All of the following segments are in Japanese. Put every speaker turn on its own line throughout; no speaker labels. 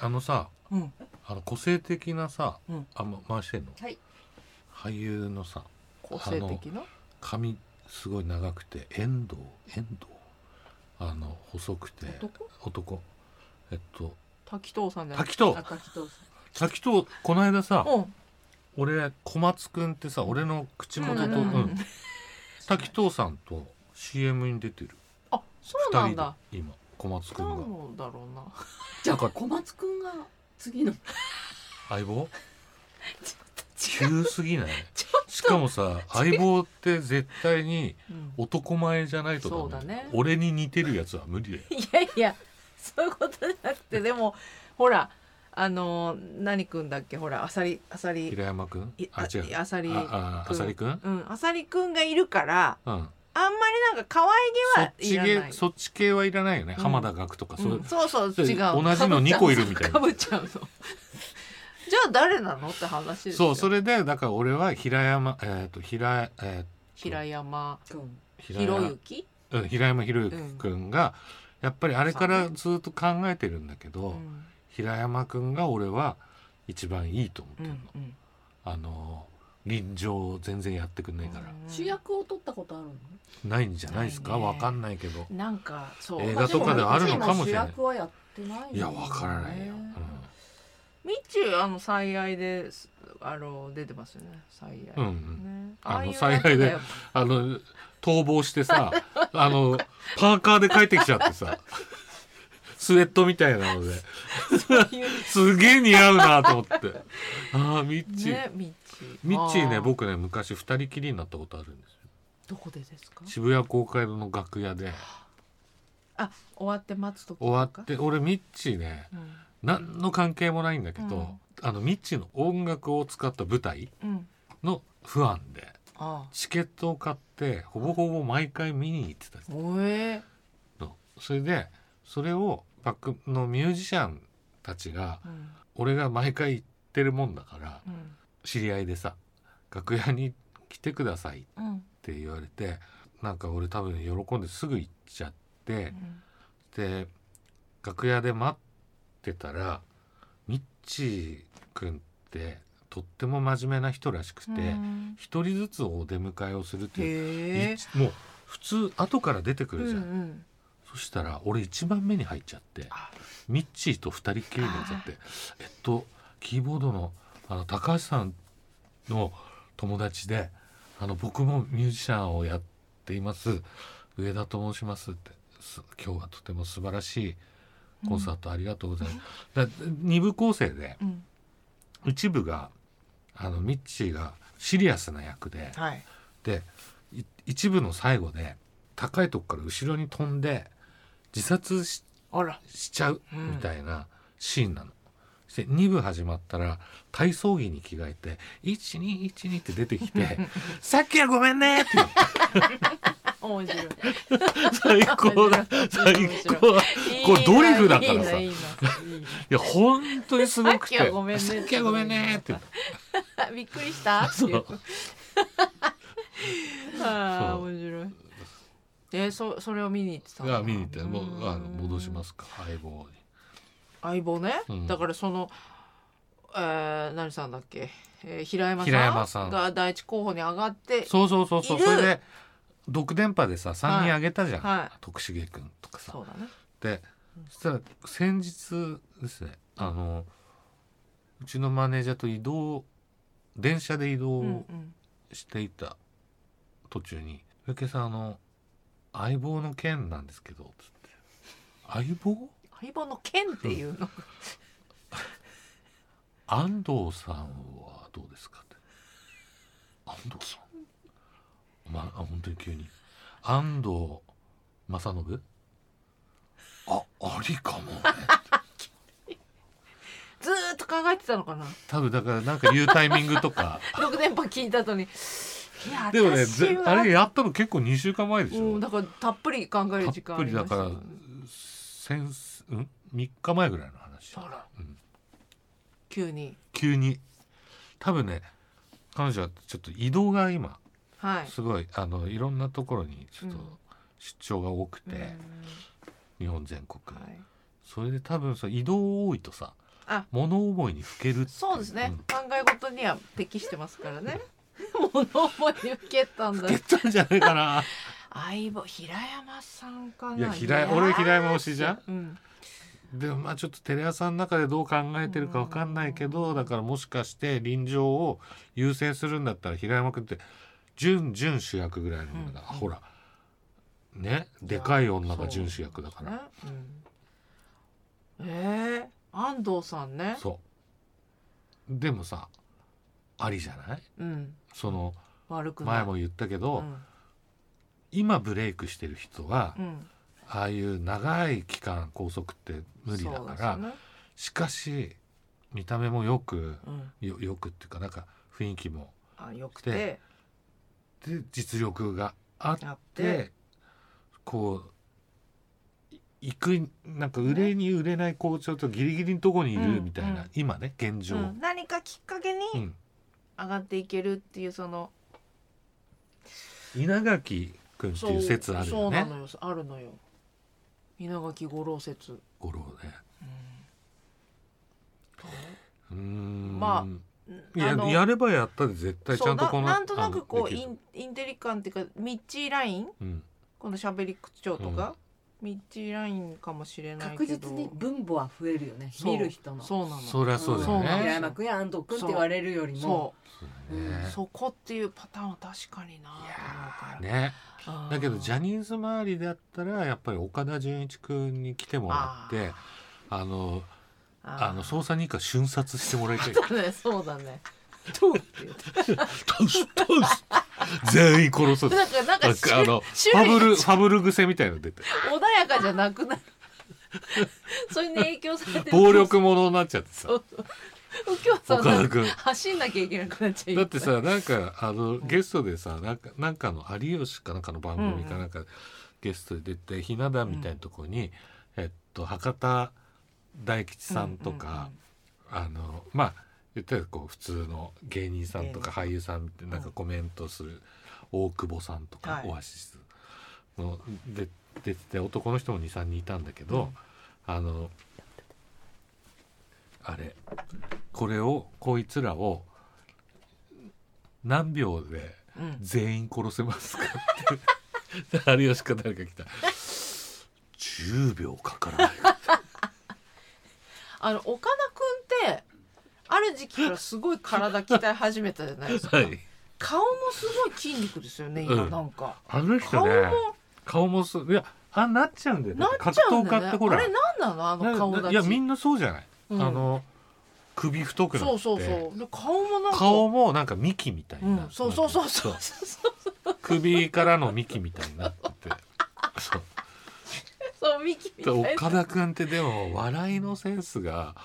あのさ
うん、
あの個性的なさ、
うん
あま回してんの
はい
俳優のさ
個性的な
髪すごい長くて遠藤遠藤あの細くて
男
男えっと
滝藤さんじゃない
滝藤
あ滝藤さ
滝藤この間さ
うん
俺小松くんってさ俺の口元と、う
う
んん
うんうん
滝藤さんと CM に出てる
あそうな
2
ん
人で
だ
今小松く
なん
んが
のだろうなん
じゃあ小松くんが次の
相 棒
違う
急すぎない
ちょ
しかもさ相棒って絶対に
うん
男前じゃないとダメ
そうだね
俺に似てるやつは無理だよ
いやいやそういうことじゃなくてでもほらあのー何くんだっけほらあさりあさり
平山くん
い
あ違う
あさり
あああさりくん
うんあさりくんがいるから
うん
あんまりなんか可
そ
愛
っ
げ
ち
はいらな
系
い
そっち系はいらないよね、
うん
浜田岳とかそうう、
んそうそう
そう
違う
同じの2個いるみたい
か
な
ぶっちゃうのじゃあ誰なのって話です
そ
よ
うそれでだから俺は平山えっ、と平え
平山
うん
ー、平
ひろ
山
ゆき
うん平山博之くんが、やっぱりあれからずっと考えてるんだけど、
うん
平山くんが俺は一番いいと思って
う
るの、
んうん
あの臨場全然やってくんないから、
うん
主役を取ったことあるの
ないんじゃないですか
ないね
わかんないけど
なんかそう
映画とかであるのかもしれない
まあでも主役はやってない
いやわからないよ、
ね
みっちゅうあの最愛ですあの出てますよね最愛、
うん、うんうん
ね、
あの
ああいう
最愛で
やつが
あの逃亡して さあのパーカーで帰ってきちゃってさスウェットみたいなので
やっぱいう
すげえ似合うなと思ってああミッチー、
ねミッチー
ミッチー
あ
ね
ー
僕ね昔二人きりになったことあるんですよ
どこでですか
渋谷公会堂の楽屋で
あ終わって待つ時と
終わ
か
って俺ミッチーね
う
何の関係もないんだけど、
うん
あのミッチーの音楽を使った舞台
ん、うん、
の不安で
ああ
チケットを買ってほぼほぼ毎回見に行ってた
おえ
のそれでそれをバックのミュージシャンたちが
うん
俺が毎回行ってるもんだから
うん
知り合いでさ楽屋に来てくださいっ
うん
て言われてなんか俺多分喜んですぐ行っちゃってで楽屋で待ってたらミッチーくんってとっても真面目な人らしくて
うん
一人ずつお出迎えをするっていう
へえ
いちもう普通後から出てく
うん
るじゃん、
うん
そしたら俺1番目に入っちゃって
あ
ミッチーと2人っきりになっちゃってえっとキーボードのあの高橋さんの友達であの僕もミュージシャンをやっています上田と申しますってす今日はとても素晴らしいコンサートありがとうございます、だ2部構成で
うん
一部があのミッチーがシリアスな役で
はい
でい一部の最後で高いとこから後ろに飛んで自殺し
あら
しちゃう
うん
みたいなシーンなの。そして2部始まったら体操着に着替えて「1212」って出てき て「さっきはごめんね」って言う
面白い
最高だ最高だこれドリフだからさ
いいないいないい
いや本当にすごくて「
さっきはごめんね
さっきはごめんね」って言う
な びっくりしたって
そ
いう
う
ああ
そう
面白いえー、そそれを見に行ってたんだ
あ見に行ってもうあの戻しますすか相棒に。
相棒ね、
うん
だからそのえー、何さんだっけ、えー、平山さん
平山さん
が第一候補に上がって
そうそうそうそう
いる
それで独電波でさ3人あげたじゃん、
はい
徳重くんとかさ
そうだね
でそしたら先日ですねあのうちのマネージャーと移動電車で移
うん
動
うん
していた途中に「上、家さんあの相棒の件なんですけど」つって「相棒
相棒の剣っていうの、
安藤さんはどうですか?」って「安藤さん?」まあ本当に急に「安藤正信?」あありかもね
ずーっと考えてたのかな
多分だからなんか言うタイミングとか
六電波聞いた後にいや
でもね、
私
ぜ
は
あれやったの結構2週間前でし
う
ょ。
ん、
た
だ
っ
からたっぷり考える時間あ
ぷり
り
だ
まし
か
た
ら
ね、
先す、うん、3日前ぐらいの話。
あら
うん
急に
急に。多分ね、彼女はちょっと移動が今、
はい
すごい、あの、いろんなところにちょっと
うん
出張が多くて、
うん
日本全国。
はい
それで多分そう移動多いとさ、
あ
物思いにふけるってい
そうですね
ん、
考え事には適してますか らね物思いに受けたんだ
いけたんじゃ ないかな
相棒平山さんかない
や平山俺平山推しじゃん
うん
でもまあちょっとテレ朝の中でどう考えてるかわかんないけどだからもしかして臨場を優先するんだったら平山君って準々主役ぐらいの女だ、
うん
ほらねでかい女が準主役だか
ね
ら、
うん、えー、安藤さんね
そうでもさありじゃない
うん
その
悪くない
前も言ったけど、
うん
今ブレイクしてる人は、
うん、
ああいう長い期間拘束って無理だ
そう
か
です
ら、
よね
しかし見た目もよく
うん、
よよくっていうかなんか雰囲気も
あよく
で
て
で実力があっ
やって
てこうい行くなんか売れに売れない校長とギリギリのとこにいる
うん
みたいな、
うん
今ね現状、う
うん
ん
何かきっかけに上がっていけるっていうその
稲垣君っていう説ある
そ
よ
うな
ね
のよあるのよ稲垣吾郎説、うん
五郎ねうーん
ま
いや
あの
やればやったで絶対ち
そ
ゃ
うん
と
な
この
なんとなくこ
あ
う
ので
イ
きる
ンインテリ感っていうかミッチーライン
うん
このしゃべり口調とか、ミッチーラインかもしれないけ
確
ど
実に分母は増えるよね
そう
見る人の
そうなの
そりゃそうだよ
そうなの
平
ね。
山君や安藤君って言われるよりも
そ
そうだ
う、
ね
そこっていうパターンは確かになと思うから
ね、
うん
だけどジャニーズ周りだったらやっぱり岡田准一君に来てもらってあのあの捜査二課瞬殺してもらい たい
だねそうだねどうって言って
トストス全員殺そう
なんかなんか
あのフ
種
ァ
類
ブルファブル癖みたいの出て
穏やかじゃなくなるそれに影響されてる
暴力者になっちゃってさ
そうそう右京さ
岡
んな
田
んか
君
走んなきゃいけなくなっちゃうよ
だってさなんかあのゲストでさなんかなんかの有吉かなんかの番組かなんかゲストで出てひな壇みたいなところに、えっと博多大吉さんとか。あのまあ言ったらこう普通の芸人さんとか俳優さんってなんかコメントする大久保さんとか
はい
オアシスので出てて男の人も23人いたんだけ
う
ど
ん
あのあれこれをこいつらを何秒で
うんうん
全員殺せますかって 有吉か誰か来た10秒かからない
あの岡田君ってある時期からすごい体鍛え始めたじゃない ですか、
はい
顔もすごい筋肉ですよね今
うん
なんか、
あの人
顔
ね
も
顔もすいやあなっちゃうんだよね
なっ
格
ちゃうん
闘
だ
家
よね
ってほら
あれなんなのあの顔
な
立
な
ち
いやみんなそうじゃない、
うん
あの首太くなって
そうそうそうで顔もなんか
顔もなんか幹みたいな、
うん、そうそうそうそう
なんか
そうそう
そう首からの幹みたいになってて そう
そうミキ
で
みたいな
岡田君ってでも笑いのセンスが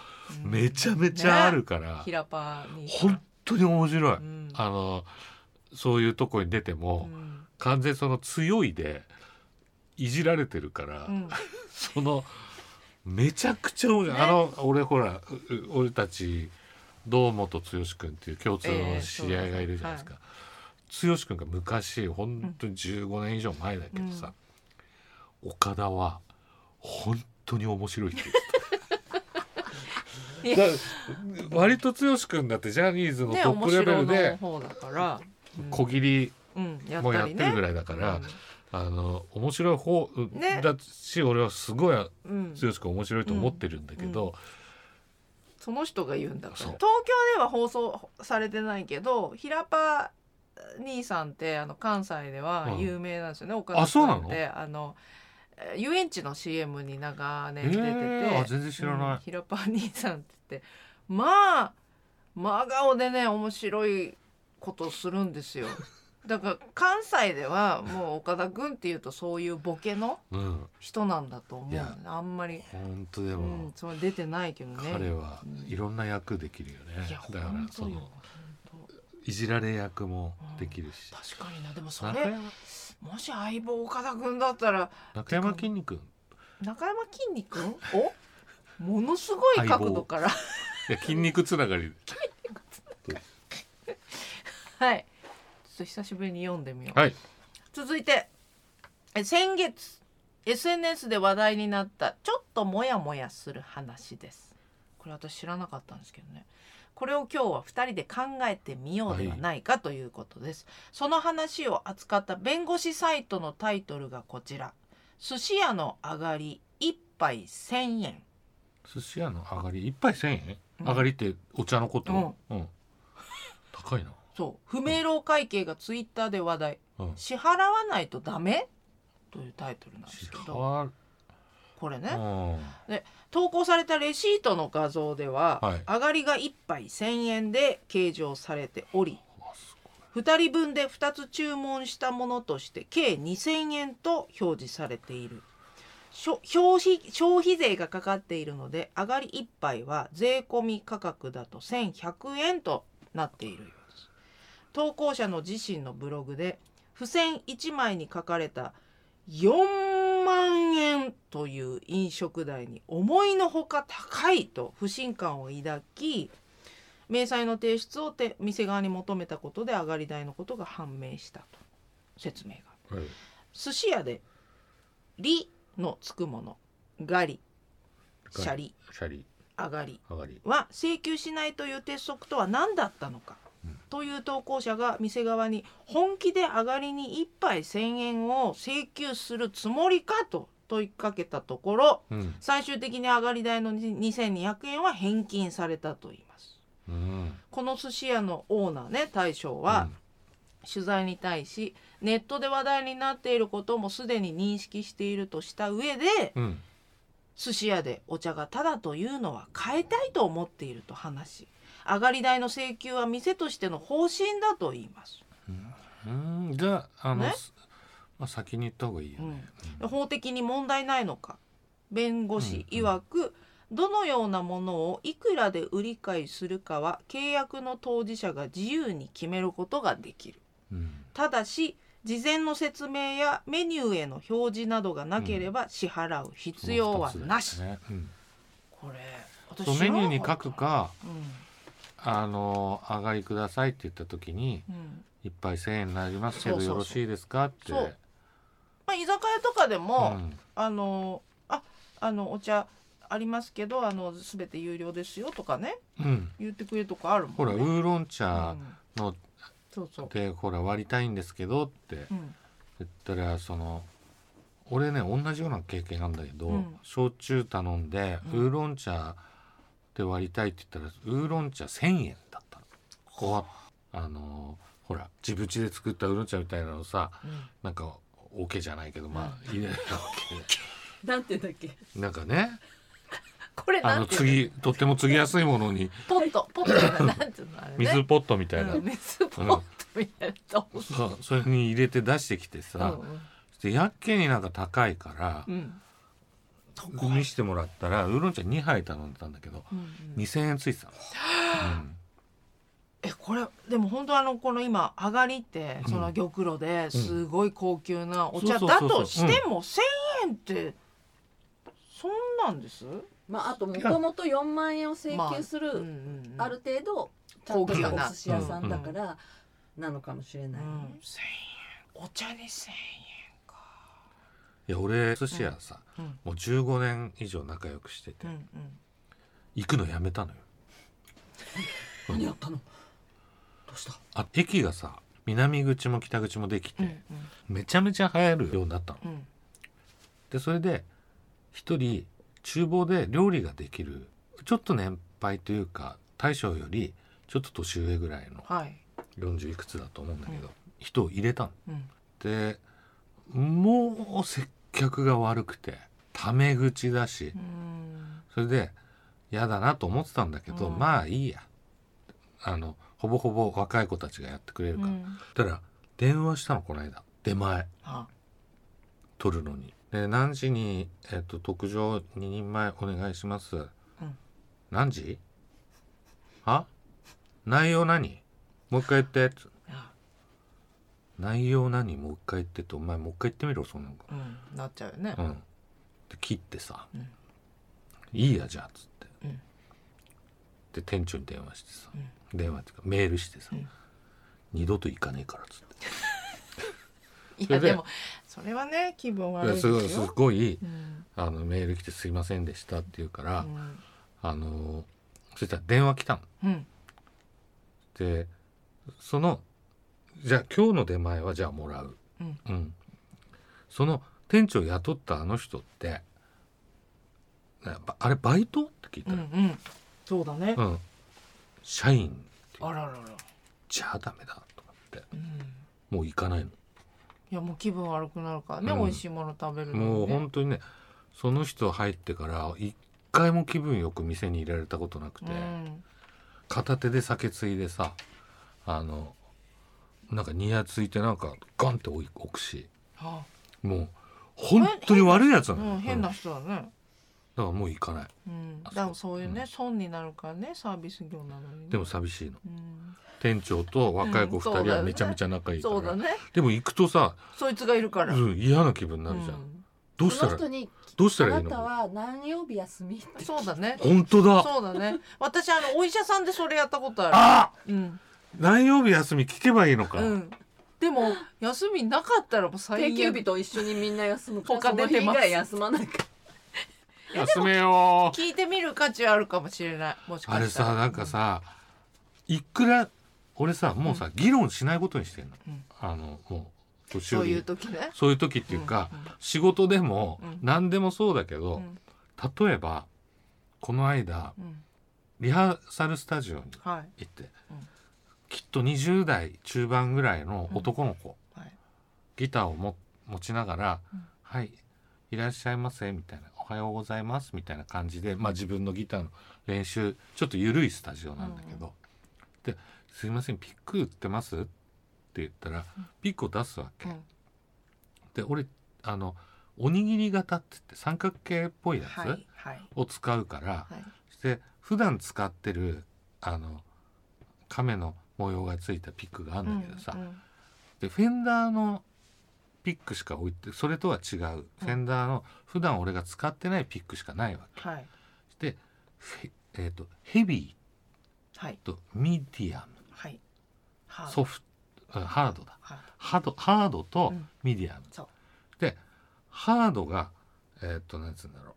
うん
めちゃめちゃあるから、
平パーに
本当に面白い、
うん
あのそういうとこに出て
う
も、
ん
完全にその強いでいじられてるから、
うん
そのめちゃくちゃ面白い、
ね
あの俺ほらうう俺たち堂本剛君っていう共通
え
の
え
知り合いがいるじゃないですか、剛君が昔本当に15年以上前だけどさ、岡田は本当に面白いって言ってただか ら割と剛君だってジャニーズのト
ね
ッ
面
プレベ
白
ル
いの
で
方だから、うん
小切り
うん、やっ
もや
た
って
りね
るぐらいだから、あの面白い方う
ね
だし俺はすごい剛
うんうん
君面白いと思ってるんだけど、
うんうんその人が言うんだから
そう
東京では放送されてないけど平パ兄さんってあの関西では有名なんですよね、岡田
あそうなの
君ってあのえー遊園地の CM に長
え
年出てて、
ーあ全然知ら
う
なん
平パ兄さんって言ってまあ真顔でね面白いことをする んですよ。だから関西ではもう岡田君っていうとそういうボケの
い。うん、
人なんだと思う
い
よ
や
ねあんまり、
本当で
う
も、
ん、それ出てないけどね。
彼はいろんな役できるよね。
いや
だから
本当
そ
よ
のいじられ役もできるし。
確かになでもそ
中
れ
山
もし相棒岡田君だったら
中山きんに君
中山きんに君 をものすごい角度から
いや筋肉つながり。
はいちょっと久しぶりに読んでみよう、
はい。
続いてえ先月 SNS で話題になったちょっとモヤモヤする話ですこれ私知らなかったんですけどねこれを今日は2人で考えてみようではないかということです、その話を扱った弁護士サイトのタイトルがこちら寿司屋の上がり1杯1,000円
寿司屋の上がり一杯千円、
うん
上がりってお茶のこと、うん高いな、
そう不明朗会計がツイッターで話題
うん、
支払わないとダメというタイトルなんですけど
わ
これね、
うん
投稿されたレシートの画像では、
はい
上がりが1杯1,000円で計上されており
わすごい
2人分で2つ注文したものとして計2,000円と表示されているしょ消費消費税がかかっているので上がり1杯は税込み価格だと1,100円となっているようです投稿者の自身のブログで付箋1枚に書かれた4万円という飲食代に思いのほか高いと不信感を抱き明細の提出をて店側に求めたことで上がり代のことが判明したと説明が
はい
寿司屋で「り」のつくもの「ガリ」「シャリ」
シャリ
「上がり」
上がり
は請求しないという鉄則とは何だったのか、
うん
という投稿者が店側に本気で上がりに1杯1,000円を請求するつもりかと問いかけたところ
うん
最終的に上がり代の2200円は返金されたといいます。
うん
この寿司屋のオーナーね大将は、取材に対しネットで話題になっていることもすでに認識しているとした上で
うんうん
寿司屋でお茶がタダというのは変えたいと思っていると話し上がり代の請求は店としての方針だと言います、
うんじゃああの、
ね
すまあ先に言った方がいいよ
う
ね、
ん、法的に問題ないのか弁護士
うんうん
曰く、どのようなものをいくらで売り買いするかは契約の当事者が自由に決めることができる
うん
ただし事前の説明やメニューへの表示などがなければ支払う必要はなし、
その二つだよね
こ
う
れ
ん
私
そうメニューに書くか
知らな
あの上がりくださいって言った時に
った、うんうん
一杯千円になりますけど
そうそうそう
よろしいですかって
そうまあ、居酒屋とかでも、
ん
あのああのお茶ありますけどあの全て有料ですよとかね
うん、
言ってくれるとこあるもん、ね、
ほらウーロン
う
茶
ん
の
そうそう、
で、ほら割りたいんですけどって
うん
言ったらその俺ね同じような経験なんだけど、
うん
焼酎頼んで、
うん
ウーロン茶で割りたいって言ったらウーロン茶1,000円だったの。ここはあのーほら自ぶちで作ったウーロン茶みたいなのさ
うん
なんかオケじゃないけどまあ、いいね
なんて言うんだっけ。
なんかね
これ
あ
な
の
んていう
次とっても継ぎやすいものに
のポットポットじゃないなんていうのあれね
水ポットみたいな、
うん水ポットみたいな、
そうそれに入れて出してきて
うん
さ、でやっけになんか高いから
う、ん
見してもらったらウーロン茶2杯頼んでたんだけど
うんうん
2,000円ついてたの、うん
えこれでも本当あのこの今上がりって
ん
その玉露ですごい高級なお
そ
茶
うそう
だ
そうそう
としても1,000円ってそんなんです、
まああともともと4万円を請
まあ
求す
うん
る
うんうん
ある程度ちゃ
高
んと
級
し
な
たお寿司屋さんだからなのかもしれ
う
ないね。
ん、1,000円お茶に1,000
いや俺寿司屋さ、
円うん
もう15年以上仲良くしてて、
うんうん
行くのやめたのよ
何やったの。どうした。
あ駅がさ南口も北口もできて、
うん
めちゃめちゃ流行るようになったの
うん
でそれで一人厨房で料理ができるちょっと年配というか大将よりちょっと年上ぐらいの
はい、
40いくつだと思うんだけど、人を入れたの
うん、
でもう接客が悪くてタメ口だし
うん
それで嫌だなと思ってたんだけど、
うん
まあいいやあのほぼほぼ若い子たちがやってくれる
う
から、
ん
そしたら電話したのこの間出前
あ
取るのにで何時に、えっと特上2人前お願いします、何時は内容何もう一回言って
あ
内容何もう一回言ってってお前もう一回言ってみろそんなの
うんなっちゃうよね
う、ん、で切ってさ「
うん
いいやじゃあ」っつって、
うん
で店長に電話してさ、
う
電話っていうかメールしてさ、
うん
二度と行かねえから」っつって
い
それ
や
で
でもそれはね気分悪い
で
ですすよ
ごいすごい
うん
あのメール来て「すいませんでした」って言うから、
うん
あのそしたら電話来たの。
うん
でそのじゃあ今日の出前はじゃあもらう、
うん
その店長雇ったあの人ってなばあれバイトって聞いた
うんう
ら、
んそうだね
うん社員って言
あ
う
ららら
じゃあダメだと思って
うん
もう行かないの、
いやもう気分悪くなるからね
うん
美味しいもの食べる
も
の
う
にね
本当にねその人入ってから一回も気分よく店に入れられたことなくて、
うん
片手で酒ついでさあのなんかニヤついてなんかガンって置い置くし。
あ
もう本当に悪いやつなの、
うん変
う
なん
だ
人だね
からもう行かない
うん
あ
だからそういう
う
ね
ん
損になるからねサービス業なのにね
でも寂しいの
うん
店長と若い子
う
2
んそうだ
人
よね
はめちゃめちゃ仲いいから、
そうだね
でも行くとさ、
そいつがいるから
うん嫌な気分になるじゃん、
うん
どうし
そ
た
の
ら
人に
どうした
あ
らい
ない
の
たは何曜日休みって
そうだね
本当だ
そうだね私あのお医者さんでそれやったことある
あ
うん
何曜日休み聞けばいいのか、
うんでも休みなかったらもう最
定
悪
休日と一緒にみんな休むから
他
その
出て
日以
ます
外休まないから
休めよう
聞いてみる価値はあるかもしれないもしかしたら
あれさなんかさ、いくら俺さもうさ、議論しないことにしてんの、
うん
あのもう年
そう
寄り
いう時ね
そういう時っていうか、仕事でも
うん
何でもそうだけど、
うんうん
例えばこの間
うん
リハーサルスタジオに
はい
行って、
うん
きっと20代中盤ぐらいの男の子、
はい
ギターをも持ちながら「
うん
はいいらっしゃいませ」みたいな「おはようございます」みたいな感じで、まあ、自分のギターの練習ちょっと緩いスタジオなんだけど「ですいませんピック売ってます?」って言ったらピックを出すわけ。
うん
で俺あのおにぎり型って言って三角形っぽいや
は
つ
いはい
を使うから、
はい
で普段使ってるあの亀の模様がついたピックがあるんだけどさ、
うんうん
でフェンダーのピックしか置いてそれとは違う、フェンダーの普段俺が使ってないピックしかないわ
はい
けで、フェえー、とヘビ
はい
ーとミディア
はいは
ム
い
ソフトあハードだ
はい
ハードハードと
うん
ミディアム、
そう
でハードがえっ、となんつうんだろ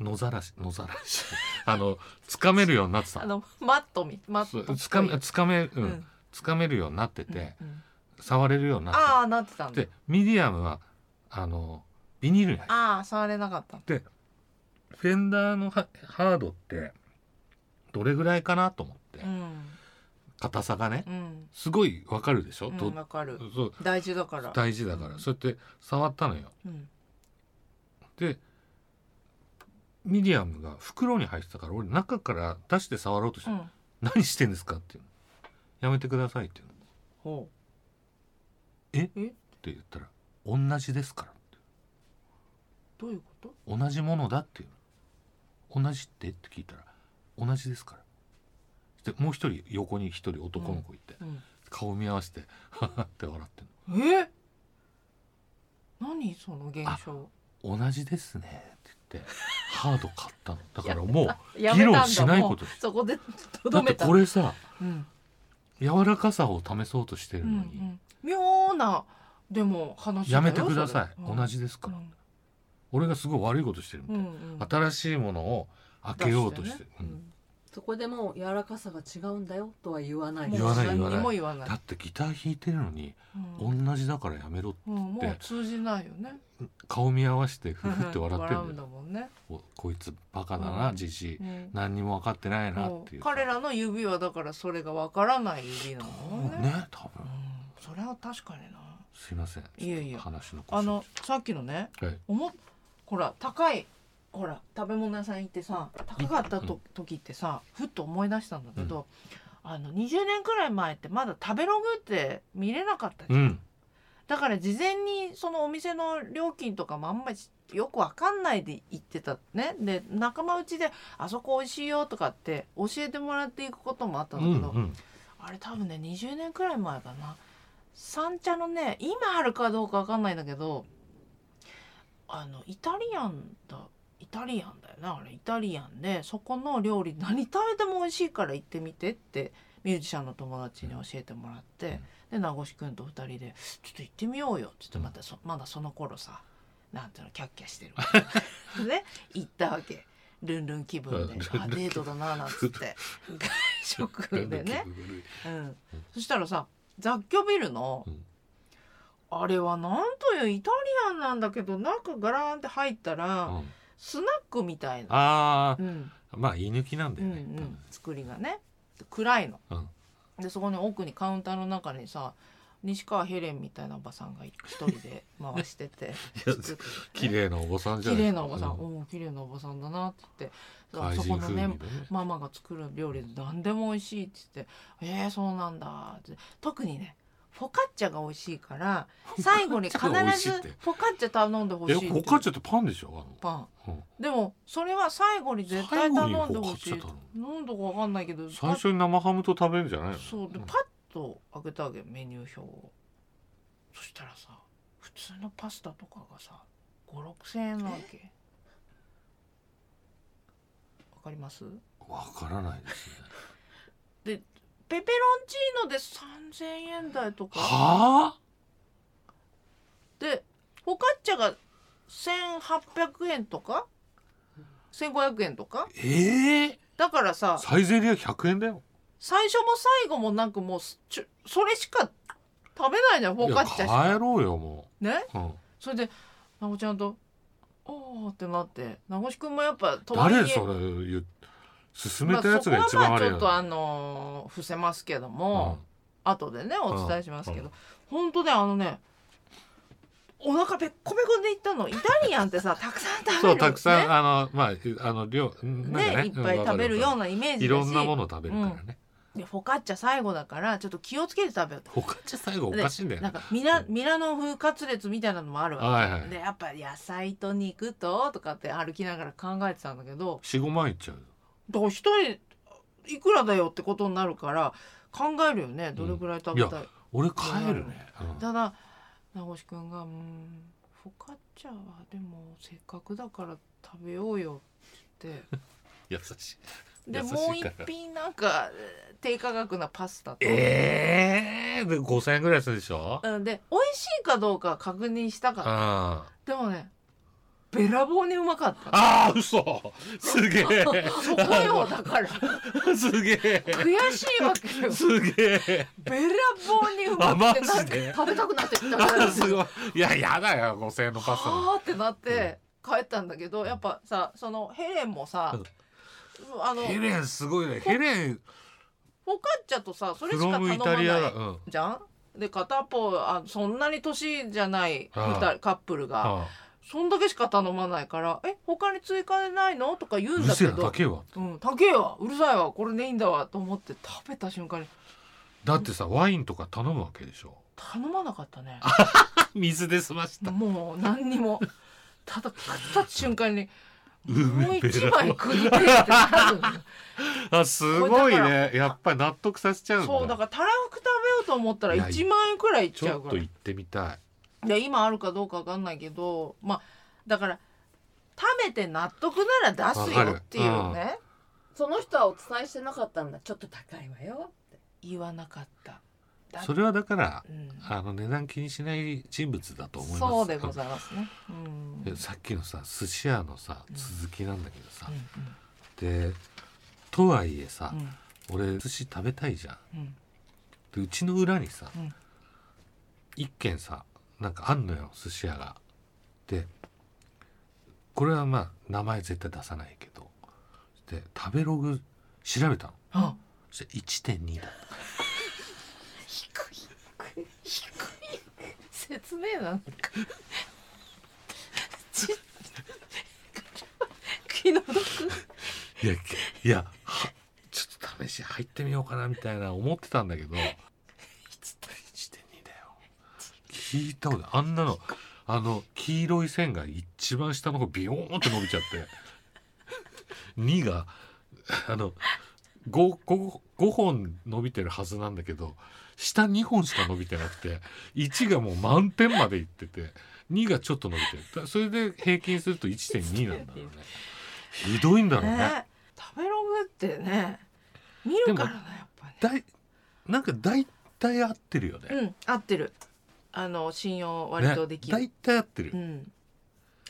う野ざらし野ざらし あのつかめるようになってた
あ
の
のマットみマットっぽい
つかめつかめ、う
うん
ん、つかめるようになってて、
うんうん
触れるようになっ
ああなってたん
て
だ
でミディアムはあのビニールに入って
ああ触れなかった
フェンダーのハハードってどれぐらいかなと思って、
うん
硬さがね
うん
すごいわかるでしょ、
うん
ど
わかる
そう
大事だから
大事だから、
うん
そうやって触ったのよ
うん
でミディアムが袋に入ってたから俺中から出して触ろうとして、
うん
何してんですかっていうのやめてくださいっていうのっ
ほ
て言ったら同じですから
うどういうこと
同じものだっていうの同じってって聞いたら同じですからでもう一人横に一人男の子いて、
うん
顔見合わせて「ははって笑ってん
え何その現象
の「同じですね」って言ってハード買ったのだからもう
や
議
めたんだ
論しないことです
そこで
だ
とど
って
めた
これさ
うん
柔らかさを試そうとして
う
る
んう
のに
ん妙なでも
「
話
や
だよ
めてください
それうん
同じですから
う」ん
俺がすごい悪いことしてるみた
う
い
んうん
な新しいものを開けようとして
出
る
ね
うん
そこでもう柔らかさが違うんだよとは言わない
言わない
も
言わない
う何にも言わない
だってギター弾いてるのに「
う
同
ん
じだからやめろ」って
うんもう通じないよね
顔見合わせてふふって笑ってる
うんん
だよ
だもんね
おこいつバカだな
うん
じじい
うん
何にも分かってないな
も
っていうう
彼らの指はだからそれがわからない指なの
うんね多
う
分
んそれは確かにな
すいません
いえいえ
ちょっと話の腰
あのさっきのね
はい
おもほら高いほら食べ物屋さん行ってさ高かったと、時ってさふっと思い出したんだけど、あの20年くらい前ってまだ食べログって見れなかったじゃ
うんん
だから事前にそのお店の料金とかもあんまりよくわかんないで行ってたねで仲間内で「あそこ美味しいよ」とかって教えてもらっていくこともあった
うん
だけど、
んうん
あれ多分ね20年くらい前かな三茶のね今あるかどうかわかんないんだけどあのイタリアンだイタリアンだよなあれイタリアンでそこの料理何食べても美味しいから行ってみてってミュージシャンの友達に教えてもらって、で名越くんと二人で「ちょっと行ってみようよ」ちょっとまた そまだその頃さなんていうのキャッキャしてるね行ったわけルンルン気分で
うん
あデートだななんつって外食でね、うん、そしたらさ雑居ビルの、
うん
あれはなんというイタリアンなんだけど中ガラーンって入ったら、
うん
スナックみたいな、
ああ
うん
まあ言い抜きなんだ
うんう
よね、
ん、作りがね暗いの。
多分
でそこの奥にカウンターの中にさ西川ヘレンみたいなおばさんが一人で回してて
いや
つ つ
綺麗なおばさんじゃ
綺
ない
麗なおばさん、
う
おお綺麗なおばさんだなって言っ
怪
てそ
人
この
風味で
ね
ね
ママが作る料理で何でも美味しいって言って「えー、そうなんだ」って特にねフォカッチャが美味しいから最後に必
フォカッチャが美味し
ず
いって
フォカッチャ頼んでほし
え
いって
フォカッチャってパンでしょ
パン
あの、
でもそれは最後に絶対頼んでほし
最
い
後に
飲んだか分かんないけど
うん、最初に生ハムと食べるんじゃないの
そうで
ん
パッと開けてあげるメニュー表をそしたらさ普通のパスタとかがさ56,000円なわけわかります
わからないですね
ペペロンチーノで3,000円台とか
はあ
でフォカッチャが1,800円とか1,500円とか
ええ
だからさ
サイゼリア100円だよ
最初も最後もなんかもうすちょそれしか食べないじゃんフ
い
ォカ
や
ッチャしか
帰ろうよも
ね
う、うん、
それで名護ちゃんと「おー」ってなって名越くんもやっぱとはいえ
誰それ言進めたやつが
まあ
一
そこ
番
はまあ
悪い
ち
よ
ょっとあのー伏せますけども、後でねお伝えしますけ
う
ど、
ん
ほんとねあのねお腹ペッコペコでいったのイタリアンっ てさたくさん食べる
そうたくさん、
ね
あのまああの量なんか
ね
ね
いっぱい食べるようなイメージだ
いろ
し
んなものを食べるからね、
でフォカッチャ最後だからちょっと気をつけて食べようと
フォカッチャ最後おかしいんだよ
なん
ね
かミラ
う
ミラノ風カツレツみたいなのもあるわ
はいは
けで
い
やっぱ野菜と肉ととかって歩きながら考えてたんだけど
45万いっちゃうよ
だから一人いくらだよってことになるから考えるよねどれぐらい食べたい,、
俺帰るね、うん
ただ名越くんが「うーんフォカッチャはでもせっかくだから食べようよ」って言 って
優しい
で
優しい
もう一
から
品なんかえー低価格なパスタと、
ええー、で5000円ぐらいするでしょ、
うんで美味しいかどうか確認したか
あ
ら
あ
でもねべらぼうにうまかった
あー嘘すげ
そこよだから
えすげえ
悔しいわけよ
すげえ
べらぼうにうまくてな
あマ
ん
ジ
か
で
食べたくなってきた
あ
か ら
ーすごいいややだよ5000円のパスタなんて
はあってなって帰ったんだけどやっぱさそのヘレンもさあのフ
ヘ
ォ
レンすごいねヘレン
カッチャとさそれ
フ
しか
ロ
頼
ムイ
ま
タ
な
リア
い
だ、うん
じゃんで片方あそんなに年じゃない
ああ
二人カップルが
あ
そんだけしか頼まないから「え他に追加でないの?」とか言
あう
うん
る
だ
せえ
け
なだ
ど
けよ
「うん、高えわうるさいわこれでいいんだわ」と思って食べた瞬間に
だってさワインとか頼むわけで しょ
頼まなかったね
水で済ました
もう何にもただ食った瞬間に
う
もう
め
一
え
枚食いてえってな るのよ
あすごい
こ
ね
れ
やっぱり納得させちゃうんだ
そうだからたらふく食べようと思ったら
いや
1万円くらいいっ
ち
ちゃ
ょ
う
っ
か
と
ら
行ってみたい
で今あるかどうかわかんないけどまあだから食べて納得なら出す
わか
よ
る
っていうね
その人はお伝えしてなかったんだちょっと高いわよって
言わなかった、だ
それはだから
うん、
あの値段気にしない人物だと思います
そうでございますね、うん
でさっきのさ寿司屋のさ続きなんだけどさ、
う
でとはいえさ
んう、ん
俺寿司食べたいじゃん
うん
でうちの裏にさ、
うん
一軒さなんかあんのよ寿司屋がでこれはまあ名前絶対出さないけどで食べログ調べたの
あ
そして1.2だった
低い低い説明なんかち 気の毒
いやいやはちょっと試し入ってみようかなみたいな思ってたんだけど1.2だよ聞いたことないあんなのあの黄色い線が一番下の方ビヨーンって伸びちゃって2があの 5, 5, 5本伸びてるはずなんだけど下2本しか伸びてなくて1がもう満点までいってて2がちょっと伸びてるだそれで平均すると1.2なんだろうねひどいんだろうね
ね、食べログってね見るからなやっぱね
だいなんか大体合ってるよね。
うん合ってるあの信用
ね
割とできる、
大体合ってる。
うん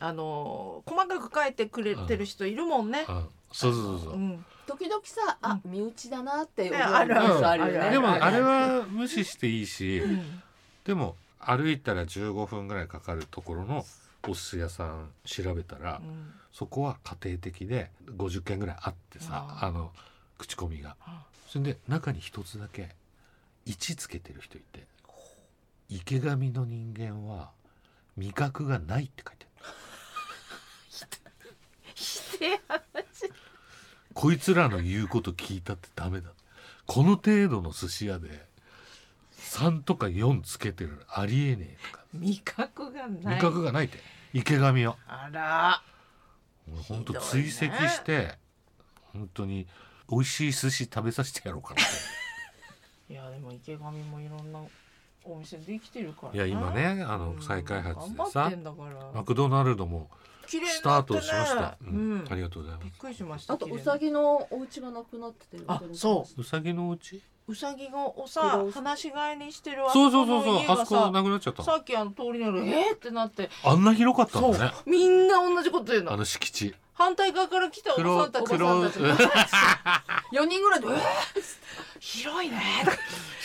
あの細かく書いてくれてる人いるもんね。
あそうそうそうう、
ん、
時々さ、あ、身内だなって思う
ねある
ニュースある
う
よ
ん
ね。
でもあれは無視していいし
うん
でも歩いたら15分ぐらいかかるところのお寿司屋さん調べたら、
うん
そこは家庭的で50軒ぐらいあってさ
あ
あの口コミが
あ
それで中に一つだけ位置つけてる人いて池上の人間は味覚がないって書いてある
否定派
こいつらの言うこと聞いたってダメだこの程度の寿司屋で3とか4つけてるのありえねえとか
味覚がない。
味覚がないって池上は
あら。
俺ほんと
ひどいね
追跡して本当に美味しい寿司食べさせてやろうかなって
いやでも池上もいろんなお店できてる から
いや今ねあの
うん
再開発で
頑張っ
さ
てんだから
マクドナルドも
綺麗になって
スタート
ね
しました、う
う
んんありがとうござい
び
ま
っくりしました
あと
綺麗
う
に
さぎのお家がなくなってて
あそ
すうさぎのお家
うさぎがお
う
さ
ん
放し飼いにしてるあ
そう
そ
そう
こ
そ
の
うそう
家
あ
が
そこ
さ
なくなっちゃった
さっきあの通りにあるえー、ってなって
あんな広かったんだね
そうみんな同じこと言う
あ
の
の敷地
反対側から来たおばさんたち
黒
おばさんたちが
四人ぐらいで、えー
広いね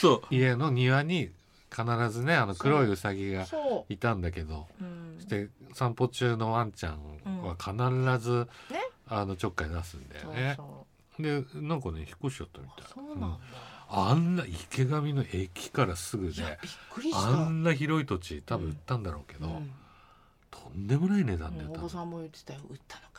そう家の庭に必ずねあの黒いうさぎが
そ
いたんだけど
う、うん
そして散歩中のワンちゃんは必ず、
ね
あのちょっかい出すんだよね
そうそ
でなんかね引っ越しちゃったみ
う
たい
そうなんだ、
うんあんな池上の駅からすぐ
いや
ね
びっくりした
あんな広い土地多分売ったんだろうけど、
うん
とんでもない値段で売っ
お
た
ば
の
さんも言ってたよ売ったのか